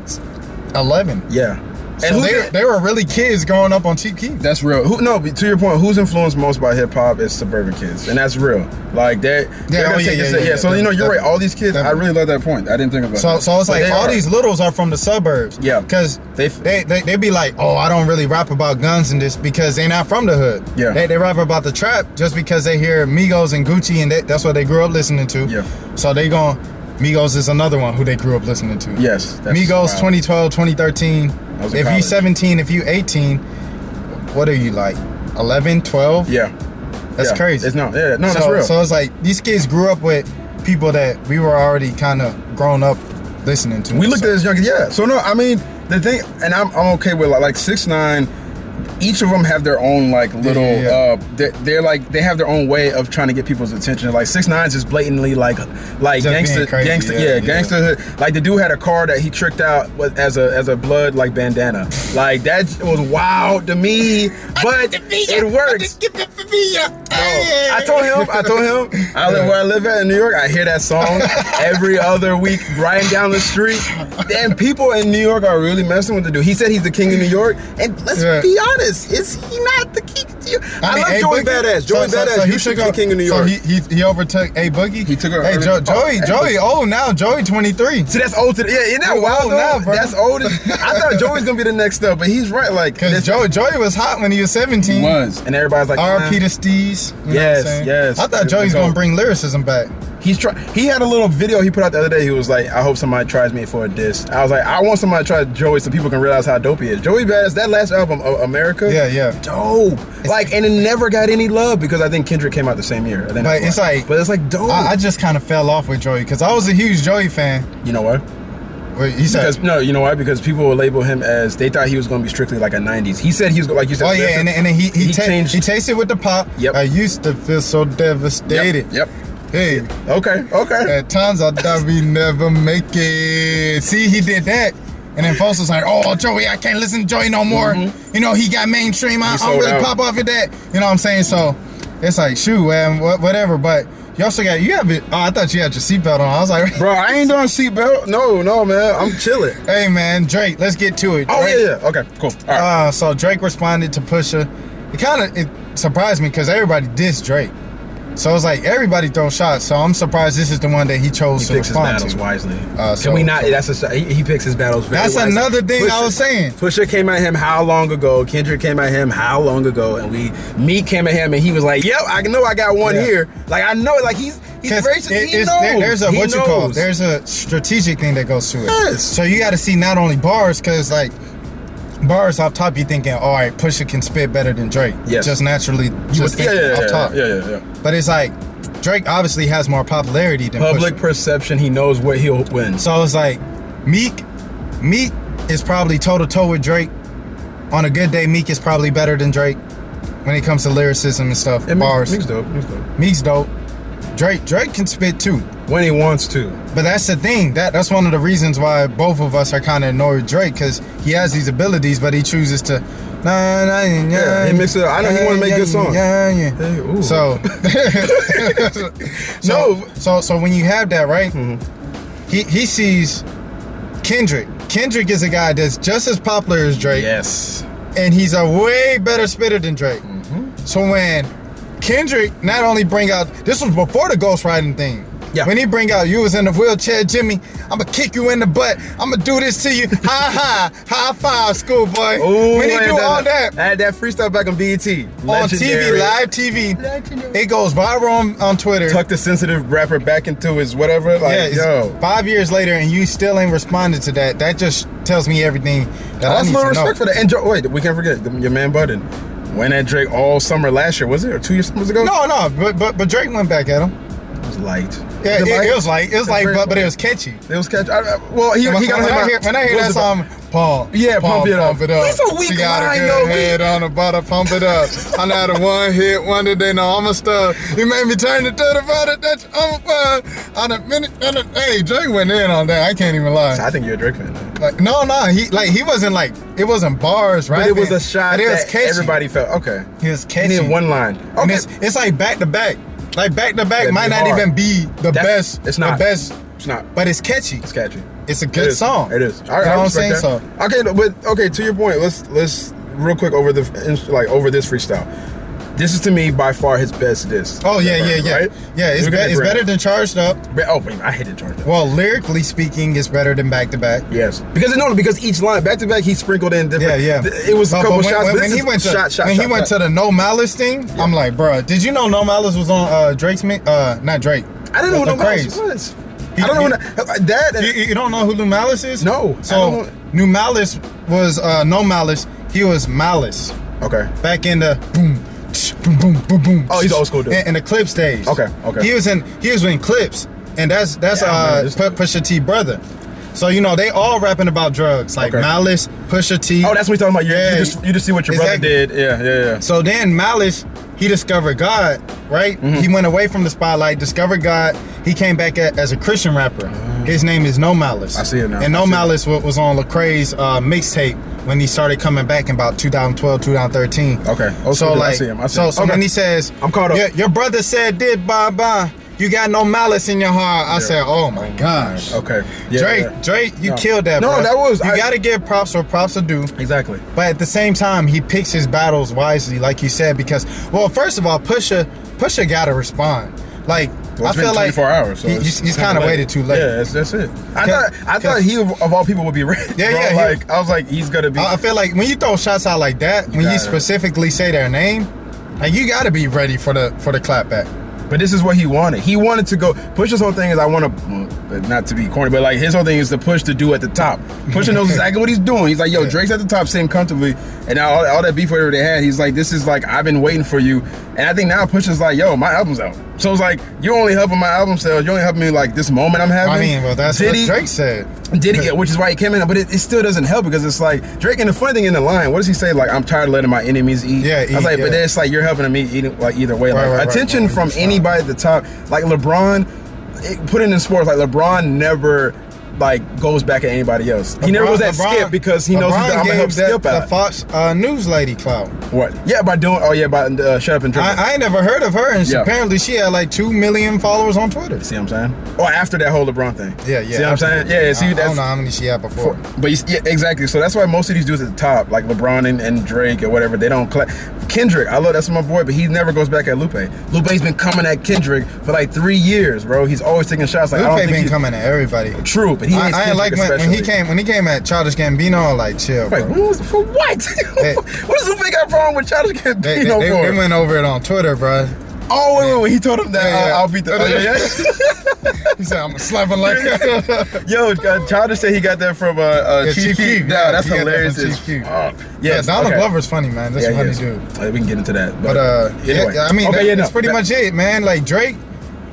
[SPEAKER 2] 11.
[SPEAKER 3] Yeah.
[SPEAKER 2] So
[SPEAKER 3] who's
[SPEAKER 2] they,
[SPEAKER 3] it-
[SPEAKER 2] they were really kids growing up on Cheap Keep.
[SPEAKER 3] That's real. Who no? but To your point, who's influenced most by hip hop is suburban kids, and that's real. Like that.
[SPEAKER 2] oh, yeah, yeah, yeah, yeah,
[SPEAKER 3] So you know, you're right. All these kids. I
[SPEAKER 2] definitely.
[SPEAKER 3] really love that point. I didn't think about.
[SPEAKER 2] So,
[SPEAKER 3] that.
[SPEAKER 2] so it's
[SPEAKER 3] But
[SPEAKER 2] like
[SPEAKER 3] they
[SPEAKER 2] all
[SPEAKER 3] are.
[SPEAKER 2] these littles are from the suburbs.
[SPEAKER 3] Yeah.
[SPEAKER 2] Because
[SPEAKER 3] They
[SPEAKER 2] they,
[SPEAKER 3] f-
[SPEAKER 2] they, they, be like, oh, I don't really rap about guns and this because they not from the hood.
[SPEAKER 3] Yeah.
[SPEAKER 2] They, they rap about the trap just because they hear Migos and Gucci and they, that's what they grew up listening to.
[SPEAKER 3] Yeah.
[SPEAKER 2] So they going, Migos is another one who they grew up listening to.
[SPEAKER 3] Yes. that's-
[SPEAKER 2] Migos
[SPEAKER 3] wow.
[SPEAKER 2] 2012, 2013.
[SPEAKER 3] was in
[SPEAKER 2] If you
[SPEAKER 3] college.
[SPEAKER 2] 17, if you 18, what are you like? 11, 12?
[SPEAKER 3] Yeah.
[SPEAKER 2] That's
[SPEAKER 3] Yeah.
[SPEAKER 2] crazy.
[SPEAKER 3] It's not. Yeah. No,
[SPEAKER 2] so,
[SPEAKER 3] that's real.
[SPEAKER 2] So it's like these kids grew up with people that we were already kind of grown up listening to.
[SPEAKER 3] We looked
[SPEAKER 2] So-
[SPEAKER 3] at it as young. Yeah. So no, I mean the thing, and I'm, I'm okay with like, like six nine. Each of them have their own like little.
[SPEAKER 2] yeah, yeah.
[SPEAKER 3] uh they're, they're like they have their own way of trying to get people's attention. Like six nine's just blatantly like
[SPEAKER 2] Just being
[SPEAKER 3] like gangster,
[SPEAKER 2] crazy,
[SPEAKER 3] gangster,
[SPEAKER 2] yeah,
[SPEAKER 3] yeah,
[SPEAKER 2] yeah.
[SPEAKER 3] gangster. hood. Like the dude had a car that he tricked out with, as a as a blood like bandana. like that was wild to me, but it works.
[SPEAKER 2] Oh,
[SPEAKER 3] I told him, I told him, I live where I live at in New York. I hear that song every other week, riding down the street. And people in New York are really messing with the dude. He said he's the king of New York, and let's
[SPEAKER 2] Yeah.
[SPEAKER 3] be honest, is he not the king? Of New York? I,
[SPEAKER 2] mean,
[SPEAKER 3] love
[SPEAKER 2] A
[SPEAKER 3] Joey
[SPEAKER 2] Boogie-
[SPEAKER 3] Badass.
[SPEAKER 2] so-
[SPEAKER 3] Joey
[SPEAKER 2] so-
[SPEAKER 3] Badass,
[SPEAKER 2] so
[SPEAKER 3] you should be
[SPEAKER 2] took
[SPEAKER 3] king of New York.
[SPEAKER 2] So he, he, he overtook A Boogie.
[SPEAKER 3] He took her
[SPEAKER 2] Hey,
[SPEAKER 3] early-
[SPEAKER 2] Jo-
[SPEAKER 3] oh,
[SPEAKER 2] Joey,
[SPEAKER 3] A
[SPEAKER 2] Joey, oh now Joey 23.
[SPEAKER 3] See, that's old to the, yeah, isn't that
[SPEAKER 2] You
[SPEAKER 3] wild
[SPEAKER 2] old
[SPEAKER 3] though?
[SPEAKER 2] now, bro.
[SPEAKER 3] That's old. I thought Joey's gonna be the next up, but he's right.
[SPEAKER 2] [laughs]
[SPEAKER 3] Like
[SPEAKER 2] Because
[SPEAKER 3] this
[SPEAKER 2] Joey, Joey was hot when he was 17.
[SPEAKER 3] was, and everybody's like, nah.
[SPEAKER 2] RP to Steez. you know what I'm
[SPEAKER 3] Yes,
[SPEAKER 2] saying?
[SPEAKER 3] yes.
[SPEAKER 2] I thought
[SPEAKER 3] Here we
[SPEAKER 2] Joey's
[SPEAKER 3] go.
[SPEAKER 2] going to bring lyricism back.
[SPEAKER 3] He's try. He had a little video he put out the other day. He was like, "I hope somebody tries me for a diss." I was like, "I want somebody to try Joey so people can realize how dope he is." Joey Badass, that last album, uh, America,
[SPEAKER 2] Yeah, yeah.
[SPEAKER 3] dope. like, and it never got any love because I think Kendrick came out the same year. I think
[SPEAKER 2] But
[SPEAKER 3] that's
[SPEAKER 2] it's
[SPEAKER 3] why.
[SPEAKER 2] like-
[SPEAKER 3] but it's like dope.
[SPEAKER 2] I, I just kind of fell off with Joey because I was a huge Joey fan.
[SPEAKER 3] you know what?
[SPEAKER 2] Wait, he said,
[SPEAKER 3] Because no, you know why? Because people will label him as they thought he was going to be strictly like a '90s. He said he was like you said.
[SPEAKER 2] "Oh yeah," and, and then he he,
[SPEAKER 3] He
[SPEAKER 2] ta-
[SPEAKER 3] changed-
[SPEAKER 2] he tasted with the pop.
[SPEAKER 3] Yep.
[SPEAKER 2] I used to feel so devastated.
[SPEAKER 3] Yep, yep.
[SPEAKER 2] Hey,
[SPEAKER 3] Okay. Okay.
[SPEAKER 2] at times I thought we never make it. See, he did that. And then folks was like, oh, Joey, I can't listen to Joey no more. You know, he got mainstream. I, I
[SPEAKER 3] Mm-hmm. He
[SPEAKER 2] don't
[SPEAKER 3] sold
[SPEAKER 2] really
[SPEAKER 3] out.
[SPEAKER 2] pop off at that. You know what I'm saying? So it's like, shoot, man, wha- whatever. But you also got, you have it. Oh, I thought you had your seatbelt on. I was like, [laughs]
[SPEAKER 3] Bro, I ain't doing seatbelt. No, no, man. I'm chilling.
[SPEAKER 2] hey, man, Drake, let's get to it.
[SPEAKER 3] Oh
[SPEAKER 2] Drake.
[SPEAKER 3] yeah, yeah. Okay, cool. All right.
[SPEAKER 2] Uh, so Drake responded to Pusha. It kind of it surprised me because everybody dissed Drake. So it's like everybody throws shots. So I'm surprised this is the one that he chose to
[SPEAKER 3] picks his
[SPEAKER 2] respond
[SPEAKER 3] battles
[SPEAKER 2] to.
[SPEAKER 3] wisely.
[SPEAKER 2] Uh, so-
[SPEAKER 3] Can we not? That's a, he, he picks his battles. Very
[SPEAKER 2] That's
[SPEAKER 3] wisely.
[SPEAKER 2] another thing I was saying.
[SPEAKER 3] Pusha came at him how long ago? Kendrick came at him how long ago? And we, me came at him, and he was like, "Yep, I know I got one
[SPEAKER 2] Yeah.
[SPEAKER 3] here. Like I know, like he's he's
[SPEAKER 2] 'Cause
[SPEAKER 3] racist.
[SPEAKER 2] it-
[SPEAKER 3] he
[SPEAKER 2] it's-
[SPEAKER 3] knows.
[SPEAKER 2] there- there's a
[SPEAKER 3] He
[SPEAKER 2] what you call
[SPEAKER 3] knows.
[SPEAKER 2] there's a strategic thing that goes to it.
[SPEAKER 3] Yes.
[SPEAKER 2] So you got to see not only bars because like bars off top you thinking "Oh, all right Pusha can spit better than Drake.
[SPEAKER 3] Yes.
[SPEAKER 2] Just naturally
[SPEAKER 3] You
[SPEAKER 2] just
[SPEAKER 3] would- yeah,
[SPEAKER 2] thinking
[SPEAKER 3] yeah,
[SPEAKER 2] off
[SPEAKER 3] yeah,
[SPEAKER 2] top.
[SPEAKER 3] yeah, yeah, yeah.
[SPEAKER 2] But it's like Drake obviously has more popularity than
[SPEAKER 3] Public
[SPEAKER 2] Pusha.
[SPEAKER 3] perception. He knows what he'll win.
[SPEAKER 2] So I was like, Meek, Meek is probably toe to toe with Drake. On a good day, Meek is probably better than Drake when it comes to lyricism and stuff.
[SPEAKER 3] And Meek-
[SPEAKER 2] bars.
[SPEAKER 3] Meek's dope. Meek's dope.
[SPEAKER 2] Meek's dope. Drake, Drake can spit too.
[SPEAKER 3] when he wants to.
[SPEAKER 2] But that's the thing. That that's one of the reasons why both of us are kind of annoyed Drake because he has these abilities, but he chooses to. Nah, nah, yeah,
[SPEAKER 3] Yeah, he mix it up. I know he wanna make
[SPEAKER 2] yeah,
[SPEAKER 3] good songs.
[SPEAKER 2] Yeah, yeah.
[SPEAKER 3] Hey, ooh. [laughs]
[SPEAKER 2] so, so,
[SPEAKER 3] No. Mm-hmm.
[SPEAKER 2] so, so when you have that, right? He he sees Kendrick. Kendrick is a guy that's just as popular as Drake
[SPEAKER 3] Yes.
[SPEAKER 2] and he's a way better spitter than Drake.
[SPEAKER 3] Mm-hmm.
[SPEAKER 2] So when Kendrick not only bring out this was before the ghostwriting thing.
[SPEAKER 3] Yeah.
[SPEAKER 2] When he bring out you was in the wheelchair, Jimmy, I'ma kick you in the butt. I'ma do this to you. ha ha, high five, schoolboy.
[SPEAKER 3] Ooh,
[SPEAKER 2] when he
[SPEAKER 3] I
[SPEAKER 2] do
[SPEAKER 3] had
[SPEAKER 2] all that
[SPEAKER 3] I had that freestyle back on BET.
[SPEAKER 2] on
[SPEAKER 3] Legendary.
[SPEAKER 2] TV, live TV,
[SPEAKER 3] Legendary.
[SPEAKER 2] it goes viral on, on Twitter.
[SPEAKER 3] Tuck the sensitive rapper back into his whatever. Like,
[SPEAKER 2] yeah, it's
[SPEAKER 3] yo.
[SPEAKER 2] five years later, and you still ain't responded to that. That just tells me everything that I
[SPEAKER 3] Oh, That's
[SPEAKER 2] need
[SPEAKER 3] my
[SPEAKER 2] to know.
[SPEAKER 3] respect for the and Dra- Wait, we can't forget the, your man Budden. When at Drake all summer last year, was it or two years summers ago?
[SPEAKER 2] no, no, but, but but Drake went back at him.
[SPEAKER 3] it was light.
[SPEAKER 2] Yeah, it,
[SPEAKER 3] Was light?
[SPEAKER 2] it was like it was like,
[SPEAKER 3] Drake
[SPEAKER 2] but, but it
[SPEAKER 3] light.
[SPEAKER 2] was catchy.
[SPEAKER 3] It was catch. I, I- well, he,
[SPEAKER 2] When,
[SPEAKER 3] he got
[SPEAKER 2] when
[SPEAKER 3] hit
[SPEAKER 2] I
[SPEAKER 3] by-
[SPEAKER 2] hear, when I hear that
[SPEAKER 3] what was it?
[SPEAKER 2] song, pump,
[SPEAKER 3] Yeah, pump it up.
[SPEAKER 2] pump it up.
[SPEAKER 3] That's a weak
[SPEAKER 2] she got
[SPEAKER 3] line,
[SPEAKER 2] a good
[SPEAKER 3] though. We-
[SPEAKER 2] Head on about to pump it up. I know the one hit wonder. They know I'm a stud. You made me turn it to the butter. That's I'm a bud. On a minute, on a, hey, Drake went in on that. I can't even lie.
[SPEAKER 3] [laughs] I think you're a Drake fan. Though.
[SPEAKER 2] Like, no, no, he like he wasn't like it wasn't bars, right?
[SPEAKER 3] But it was a shot
[SPEAKER 2] But it was
[SPEAKER 3] that
[SPEAKER 2] catchy.
[SPEAKER 3] everybody felt. Okay,
[SPEAKER 2] It was
[SPEAKER 3] he
[SPEAKER 2] catchy.
[SPEAKER 3] did one line.
[SPEAKER 2] And
[SPEAKER 3] Okay,
[SPEAKER 2] it's, it's like back to back. Like back to back
[SPEAKER 3] That'd
[SPEAKER 2] might
[SPEAKER 3] be
[SPEAKER 2] not
[SPEAKER 3] hard.
[SPEAKER 2] even be the
[SPEAKER 3] That's-
[SPEAKER 2] best.
[SPEAKER 3] it's not.
[SPEAKER 2] the best,
[SPEAKER 3] it's not.
[SPEAKER 2] but it's catchy.
[SPEAKER 3] It's catchy.
[SPEAKER 2] It's a
[SPEAKER 3] It
[SPEAKER 2] good
[SPEAKER 3] is.
[SPEAKER 2] song.
[SPEAKER 3] It is. I,
[SPEAKER 2] you know
[SPEAKER 3] I
[SPEAKER 2] what I'm
[SPEAKER 3] respect
[SPEAKER 2] saying?
[SPEAKER 3] that.
[SPEAKER 2] So
[SPEAKER 3] Okay, no, but okay, to your point, let's let's real quick over the like over this freestyle. This is to me by far his best disc.
[SPEAKER 2] Oh yeah, yeah, yeah,
[SPEAKER 3] Right?
[SPEAKER 2] yeah. It's,
[SPEAKER 3] We're
[SPEAKER 2] be-
[SPEAKER 3] gonna
[SPEAKER 2] it's
[SPEAKER 3] agree.
[SPEAKER 2] better than Charged Up.
[SPEAKER 3] But- Oh, wait, I hated Jordan.
[SPEAKER 2] Well, lyrically speaking, it's better than Back to Back.
[SPEAKER 3] Yes, because no, because each line back to back, he sprinkled in
[SPEAKER 2] Yeah,
[SPEAKER 3] different.
[SPEAKER 2] yeah.
[SPEAKER 3] th- It was a
[SPEAKER 2] But-
[SPEAKER 3] couple
[SPEAKER 2] but when,
[SPEAKER 3] shots.
[SPEAKER 2] When,
[SPEAKER 3] but this
[SPEAKER 2] when he
[SPEAKER 3] is
[SPEAKER 2] went to
[SPEAKER 3] shot, shot,
[SPEAKER 2] when
[SPEAKER 3] shot,
[SPEAKER 2] he went
[SPEAKER 3] shot.
[SPEAKER 2] to the No Malice thing, I'm like, bruh, did you know No Malice was on uh, Drake's? Mi- uh, not Drake.
[SPEAKER 3] I didn't know who
[SPEAKER 2] The
[SPEAKER 3] no Malice
[SPEAKER 2] Craze.
[SPEAKER 3] was.
[SPEAKER 2] He-
[SPEAKER 3] I don't know
[SPEAKER 2] he-
[SPEAKER 3] who that- that. and-
[SPEAKER 2] You, you- you don't know who New Malice is?
[SPEAKER 3] No, I
[SPEAKER 2] So
[SPEAKER 3] don't
[SPEAKER 2] New Malice was uh, No Malice. He was Malice
[SPEAKER 3] okay,
[SPEAKER 2] back in the boom. tsh, Boom, boom, boom, boom.
[SPEAKER 3] Oh, he's old school dude.
[SPEAKER 2] In, in the Clips days.
[SPEAKER 3] Okay, okay.
[SPEAKER 2] He was in he was in Clips, and that's that's
[SPEAKER 3] Yeah, I remember
[SPEAKER 2] uh
[SPEAKER 3] this
[SPEAKER 2] Pu- Pusha T brother. So you know they all rapping about drugs like
[SPEAKER 3] Okay.
[SPEAKER 2] Malice, Pusha T.
[SPEAKER 3] oh, that's what we talking about. You,
[SPEAKER 2] Yeah.
[SPEAKER 3] you just you just see what your
[SPEAKER 2] Exactly.
[SPEAKER 3] brother did. Yeah, yeah, yeah.
[SPEAKER 2] So then Malice, he discovered God, right?
[SPEAKER 3] Mm-hmm.
[SPEAKER 2] He went away from the spotlight, discovered God. He came back at, as a Christian rapper. His name is No Malice.
[SPEAKER 3] Mm-hmm. I see it now.
[SPEAKER 2] And
[SPEAKER 3] I
[SPEAKER 2] No
[SPEAKER 3] see it.
[SPEAKER 2] Malice wa- was on Lecrae's uh, mixtape when he started coming back in about 2012, 2013.
[SPEAKER 3] Okay. Oh, so
[SPEAKER 2] so
[SPEAKER 3] then I
[SPEAKER 2] like,
[SPEAKER 3] see him. I see
[SPEAKER 2] so
[SPEAKER 3] him.
[SPEAKER 2] so
[SPEAKER 3] Okay.
[SPEAKER 2] when he says,
[SPEAKER 3] I'm caught up.
[SPEAKER 2] Your, your brother said did bye bye. You got no malice in your heart. I said, oh my gosh.
[SPEAKER 3] Okay. Yeah,
[SPEAKER 2] Drake,
[SPEAKER 3] yeah.
[SPEAKER 2] Drake, you
[SPEAKER 3] No.
[SPEAKER 2] killed that.
[SPEAKER 3] No,
[SPEAKER 2] bruh.
[SPEAKER 3] that was-
[SPEAKER 2] You
[SPEAKER 3] I-
[SPEAKER 2] gotta give props or props to do.
[SPEAKER 3] Exactly.
[SPEAKER 2] But at the same time, he picks his battles wisely, like you said, because well, first of all, Pusha Pusha gotta respond. Like
[SPEAKER 3] Well,
[SPEAKER 2] I
[SPEAKER 3] it's been
[SPEAKER 2] feel like
[SPEAKER 3] 24 hours. So
[SPEAKER 2] he-
[SPEAKER 3] it's-
[SPEAKER 2] he's,
[SPEAKER 3] it's
[SPEAKER 2] kind of
[SPEAKER 3] late.
[SPEAKER 2] waited too late.
[SPEAKER 3] Yeah, that's, that's it. I
[SPEAKER 2] Can-
[SPEAKER 3] thought I
[SPEAKER 2] can-
[SPEAKER 3] thought he of of all people would be [laughs] ready.
[SPEAKER 2] Yeah,
[SPEAKER 3] bro.
[SPEAKER 2] yeah, he-
[SPEAKER 3] Like I was like, he's gonna be.
[SPEAKER 2] I I feel like when you throw shots out like that, when you
[SPEAKER 3] gotta-
[SPEAKER 2] specifically say their name, like you gotta be ready for the for the clapback.
[SPEAKER 3] But this is what he wanted. He wanted to go. Push's whole thing is I want to, not to be corny, but like his whole thing is to push to do at the top. Pusha [laughs] knows exactly what he's doing. He's like, yo, Drake's at the top, sitting comfortably, and now all, all that beef whatever they had. He's like, this is like I've been waiting for you, and I think now Push is like, yo, my album's out. So it's like you're only helping my album sales. You're only helping me like this moment I'm having.
[SPEAKER 2] I mean, well, that's
[SPEAKER 3] Diddy,
[SPEAKER 2] what Drake said.
[SPEAKER 3] Diddy, which is why he came in, but it, it still doesn't help because it's like Drake. And the funny thing in the line, what does he say? Like, I'm tired of letting my enemies eat.
[SPEAKER 2] Yeah,
[SPEAKER 3] I
[SPEAKER 2] eat,
[SPEAKER 3] was like,
[SPEAKER 2] yeah.
[SPEAKER 3] but then it's like you're helping me eat like either way.
[SPEAKER 2] Right,
[SPEAKER 3] like
[SPEAKER 2] right, right,
[SPEAKER 3] attention
[SPEAKER 2] right,
[SPEAKER 3] from
[SPEAKER 2] it's not.
[SPEAKER 3] anybody at the top, like LeBron, it, put it in sports. Like LeBron never like goes back at anybody else. he never
[SPEAKER 2] LeBron-
[SPEAKER 3] goes at
[SPEAKER 2] LeBron-
[SPEAKER 3] Skip because he knows he's
[SPEAKER 2] LeBron
[SPEAKER 3] I'm gonna
[SPEAKER 2] gave
[SPEAKER 3] help
[SPEAKER 2] that-
[SPEAKER 3] Skip
[SPEAKER 2] The
[SPEAKER 3] out.
[SPEAKER 2] Fox uh, News lady clout.
[SPEAKER 3] what? Yeah, by doing. Oh yeah, by uh, shut up and dribble.
[SPEAKER 2] I, I ain't never heard of her, and she,
[SPEAKER 3] Yeah.
[SPEAKER 2] apparently she had like two million followers on Twitter.
[SPEAKER 3] See what I'm saying? Or after that whole LeBron thing.
[SPEAKER 2] Yeah, yeah.
[SPEAKER 3] See what I'm saying?
[SPEAKER 2] absolutely.
[SPEAKER 3] Yeah, yeah.
[SPEAKER 2] I-
[SPEAKER 3] See,
[SPEAKER 2] I don't
[SPEAKER 3] that's
[SPEAKER 2] know how many she had before.
[SPEAKER 3] But you, yeah, exactly. So that's why most of these dudes at the top, like LeBron and, and Drake or whatever, they don't. Cla- Kendrick, I love that's my boy, but he never goes back at Lupe. Lupe's been coming at Kendrick for like three years, bro. He's always taking shots. Like I don't
[SPEAKER 2] Lupe
[SPEAKER 3] think
[SPEAKER 2] been
[SPEAKER 3] he-
[SPEAKER 2] coming at everybody.
[SPEAKER 3] True, but he hates
[SPEAKER 2] I, I like
[SPEAKER 3] Kendrick
[SPEAKER 2] when, when he
[SPEAKER 3] especially.
[SPEAKER 2] came when he came at Childish Gambino. I'm like, chill,
[SPEAKER 3] Like, [laughs]
[SPEAKER 2] bro.
[SPEAKER 3] what was, for what? what does Lupe got wrong with Childish Gambino
[SPEAKER 2] They, they, they,
[SPEAKER 3] for?
[SPEAKER 2] they went over it on Twitter, bro.
[SPEAKER 3] oh wait, wait, wait, he told him that
[SPEAKER 2] Yeah,
[SPEAKER 3] I'll-
[SPEAKER 2] yeah.
[SPEAKER 3] I'll, beat the. Oh, yeah, yeah.
[SPEAKER 2] He said, "I'm slapping
[SPEAKER 3] [laughs]
[SPEAKER 2] like [laughs] that."
[SPEAKER 3] Yo, uh, Childish said he got that from uh, uh,
[SPEAKER 2] Yeah,
[SPEAKER 3] Chief,
[SPEAKER 2] Chief
[SPEAKER 3] Keef.
[SPEAKER 2] Keef,
[SPEAKER 3] Nah,
[SPEAKER 2] yeah,
[SPEAKER 3] that's
[SPEAKER 2] he got that
[SPEAKER 3] hilarious.
[SPEAKER 2] from
[SPEAKER 3] as
[SPEAKER 2] Chief Keef.
[SPEAKER 3] fuck.
[SPEAKER 2] yeah,
[SPEAKER 3] Yes,
[SPEAKER 2] Donald
[SPEAKER 3] okay.
[SPEAKER 2] Glover's funny, man. That's
[SPEAKER 3] Yeah,
[SPEAKER 2] a funny
[SPEAKER 3] yes.
[SPEAKER 2] dude.
[SPEAKER 3] Uh, we can get into that.
[SPEAKER 2] But uh,
[SPEAKER 3] anyway.
[SPEAKER 2] yeah, I mean, that-
[SPEAKER 3] yeah, no,
[SPEAKER 2] that's pretty
[SPEAKER 3] that-
[SPEAKER 2] much it, man. Like Drake,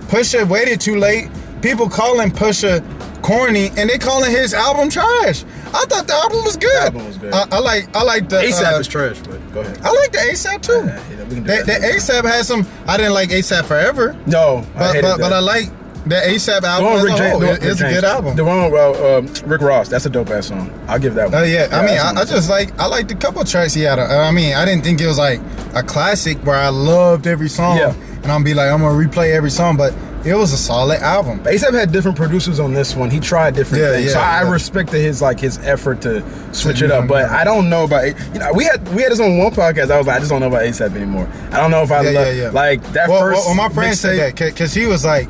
[SPEAKER 2] Pusha waited too late. People calling Pusha corny, and they calling his album trash. I thought the album was good.
[SPEAKER 3] album was good.
[SPEAKER 2] I, I like, I like the
[SPEAKER 3] ASAP
[SPEAKER 2] uh,
[SPEAKER 3] is trash, but go ahead.
[SPEAKER 2] I like the ASAP too.
[SPEAKER 3] Yeah, yeah, we can do
[SPEAKER 2] that,
[SPEAKER 3] that.
[SPEAKER 2] that ASAP had some. I didn't like ASAP forever,
[SPEAKER 3] No, I
[SPEAKER 2] but
[SPEAKER 3] hated
[SPEAKER 2] but, but
[SPEAKER 3] that.
[SPEAKER 2] I like The ASAP album
[SPEAKER 3] Don't
[SPEAKER 2] as
[SPEAKER 3] Rick
[SPEAKER 2] a
[SPEAKER 3] James-
[SPEAKER 2] whole,
[SPEAKER 3] don't
[SPEAKER 2] it- it's
[SPEAKER 3] Rick
[SPEAKER 2] a good
[SPEAKER 3] James.
[SPEAKER 2] album.
[SPEAKER 3] The one with uh, um, Rick Ross, that's a dope ass song. I'll give that one.
[SPEAKER 2] Oh yeah, I mean, I, I
[SPEAKER 3] that's a-
[SPEAKER 2] just like I liked a couple tracks he had. Uh, I mean, I didn't think it was like a classic where I loved every song,
[SPEAKER 3] Yeah.
[SPEAKER 2] and I'm be like I'm gonna replay every song, but it was a solid album.
[SPEAKER 3] ASAP had different producers on this one. He tried different
[SPEAKER 2] Yeah,
[SPEAKER 3] things.
[SPEAKER 2] yeah,
[SPEAKER 3] so I
[SPEAKER 2] yeah.
[SPEAKER 3] respected his like his effort to switch
[SPEAKER 2] To
[SPEAKER 3] it
[SPEAKER 2] do
[SPEAKER 3] up. But
[SPEAKER 2] something.
[SPEAKER 3] I don't know about you know we had we had this on one podcast. I was like I just don't know about ASAP anymore. I don't know if I
[SPEAKER 2] Yeah,
[SPEAKER 3] love
[SPEAKER 2] yeah, yeah.
[SPEAKER 3] like that
[SPEAKER 2] well,
[SPEAKER 3] first.
[SPEAKER 2] well, my friend
[SPEAKER 3] mixtape-
[SPEAKER 2] said that because he was like,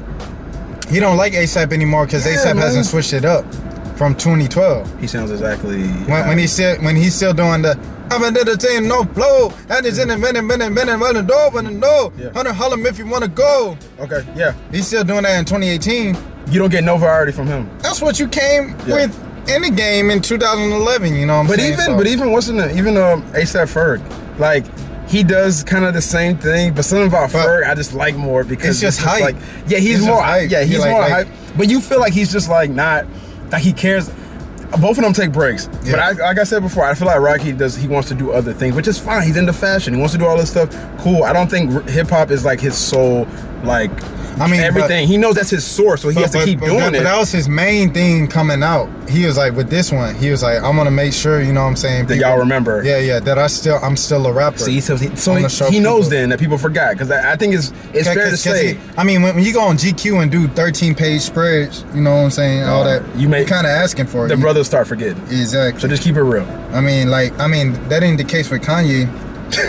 [SPEAKER 2] he don't like ASAP anymore because
[SPEAKER 3] Yeah,
[SPEAKER 2] ASAP
[SPEAKER 3] man.
[SPEAKER 2] hasn't switched it up from 2012.
[SPEAKER 3] He sounds exactly
[SPEAKER 2] When, when he said when he's still doing the I've been entertaining no flow and it's in a minute minute minute running door running door
[SPEAKER 3] Yeah.
[SPEAKER 2] hundred holler if you wanna go.
[SPEAKER 3] okay yeah
[SPEAKER 2] He's still doing that in 2018.
[SPEAKER 3] you don't get no variety from him.
[SPEAKER 2] that's what you came
[SPEAKER 3] Yeah.
[SPEAKER 2] with in the game in 2011. You know what I'm
[SPEAKER 3] But
[SPEAKER 2] saying?
[SPEAKER 3] even
[SPEAKER 2] So-
[SPEAKER 3] but even what's in the even um ASAP Ferg like. He does kind of the same thing, but something about
[SPEAKER 2] But-
[SPEAKER 3] Ferg I just like more because
[SPEAKER 2] It's just hype.
[SPEAKER 3] Like, yeah, he's
[SPEAKER 2] It's
[SPEAKER 3] more
[SPEAKER 2] just hype.
[SPEAKER 3] Yeah,
[SPEAKER 2] He
[SPEAKER 3] he's
[SPEAKER 2] like-
[SPEAKER 3] more
[SPEAKER 2] like-
[SPEAKER 3] hype. But you feel like he's just like not like he cares. Both of them take breaks, but
[SPEAKER 2] Yeah.
[SPEAKER 3] I, like I said before, I feel like Rocky does. He wants to do other things, which is fine. He's into fashion. He wants to do all this stuff. Cool. I don't think hip hop is like his soul. Like
[SPEAKER 2] I mean, but-
[SPEAKER 3] everything. he knows that's his source, so he
[SPEAKER 2] but-
[SPEAKER 3] has to
[SPEAKER 2] but-
[SPEAKER 3] keep
[SPEAKER 2] but
[SPEAKER 3] doing
[SPEAKER 2] that,
[SPEAKER 3] it.
[SPEAKER 2] But that was his main thing coming out. He was like, with this one, he was like, I'm gonna make sure, you know what I'm saying?
[SPEAKER 3] That y'all remember.
[SPEAKER 2] Yeah, yeah. That I still, I'm still a rapper.
[SPEAKER 3] See, so he, so
[SPEAKER 2] I'm
[SPEAKER 3] he,
[SPEAKER 2] gonna show
[SPEAKER 3] he knows
[SPEAKER 2] people.
[SPEAKER 3] then that people forgot because I, I think it's it's
[SPEAKER 2] Cause-
[SPEAKER 3] fair to
[SPEAKER 2] cause- cause
[SPEAKER 3] say.
[SPEAKER 2] he- I mean, when, when you go on GQ and do 13 page spreads, you know what I'm saying? All
[SPEAKER 3] Uh,
[SPEAKER 2] that.
[SPEAKER 3] you may-
[SPEAKER 2] kind of asking for it.
[SPEAKER 3] the
[SPEAKER 2] You-
[SPEAKER 3] brothers start forgetting.
[SPEAKER 2] Exactly.
[SPEAKER 3] So just keep it real.
[SPEAKER 2] I mean, like, I mean, that ain't the case with Kanye.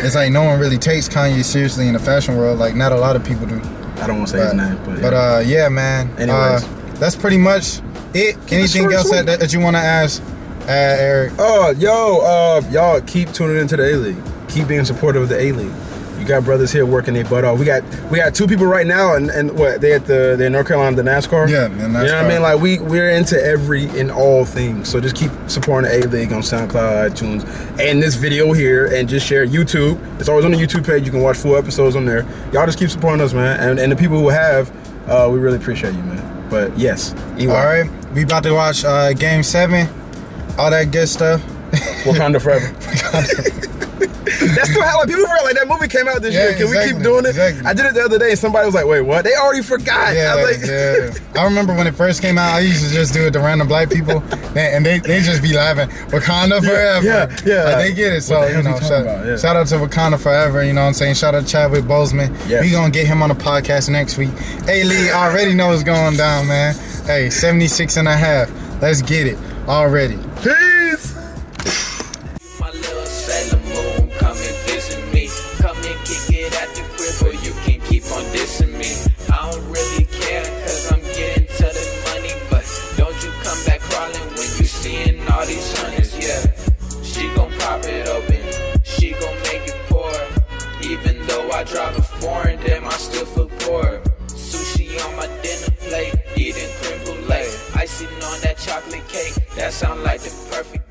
[SPEAKER 2] it's like no one really takes Kanye seriously in the fashion world. Like, not a lot of people do.
[SPEAKER 3] I don't want to say his
[SPEAKER 2] But,
[SPEAKER 3] name, but,
[SPEAKER 2] but,
[SPEAKER 3] yeah.
[SPEAKER 2] uh, yeah, man.
[SPEAKER 3] Anyways.
[SPEAKER 2] uh, that's pretty much it. Anything
[SPEAKER 3] short and
[SPEAKER 2] else
[SPEAKER 3] sweet.
[SPEAKER 2] that, that you want to ask, uh, Eric?
[SPEAKER 3] oh yo, uh, y'all keep tuning into the A League. Keep being supportive of the A League. You got brothers here working their butt off. We got we got two people right now, and, and what they at the they in North Carolina the NASCAR.
[SPEAKER 2] Yeah, the
[SPEAKER 3] You know what I
[SPEAKER 2] NASCAR.
[SPEAKER 3] mean? Like we we're into every and all things. So just keep supporting the A League on SoundCloud, iTunes, and this video here, and just share YouTube. It's always on the YouTube page. You can watch full episodes on there. Y'all just keep supporting us, man, and and the people who have, uh, we really appreciate you, man. But yes, E EY.
[SPEAKER 2] All right, we about to watch uh, Game Seven, all that good stuff.
[SPEAKER 3] Wakanda Forever. [laughs] That's still how like people forgot like that movie came out this
[SPEAKER 2] Yeah,
[SPEAKER 3] year. Can we keep
[SPEAKER 2] exactly,
[SPEAKER 3] doing it?
[SPEAKER 2] exactly.
[SPEAKER 3] I did it the other day and somebody was like, wait, what? They already forgot.
[SPEAKER 2] Yeah,
[SPEAKER 3] I was like,
[SPEAKER 2] yeah. I remember when it first came out, I used to just do it to random black
[SPEAKER 3] [laughs]
[SPEAKER 2] people, and- and they they just be laughing. Wakanda forever.
[SPEAKER 3] yeah, yeah.
[SPEAKER 2] Like, they get it. So
[SPEAKER 3] What the
[SPEAKER 2] you
[SPEAKER 3] hell
[SPEAKER 2] know,
[SPEAKER 3] you talking
[SPEAKER 2] shout,
[SPEAKER 3] about? Yeah.
[SPEAKER 2] shout out to Wakanda forever. You know what I'm saying? Shout out to Chadwick Boseman.
[SPEAKER 3] Yes.
[SPEAKER 2] We gonna get him on the podcast next week. Hey Lee, already know what's going down, man. Hey, 76 and a half. Let's get it already.
[SPEAKER 3] peace.
[SPEAKER 1] My little Sailor Moon, come and visit me. Come and kick it at the crib, or you can keep on dissing me. I don't really care, cause I'm getting to the money. But don't you come back crawling when you seeing all these hundreds, yeah. She gon' pop it open, she gon' make it pour. Even though I drive a foreign, damn, I still feel poor. Sushi on my dinner plate, eating creme brulee. Icing on that chocolate cake, that sound like the perfect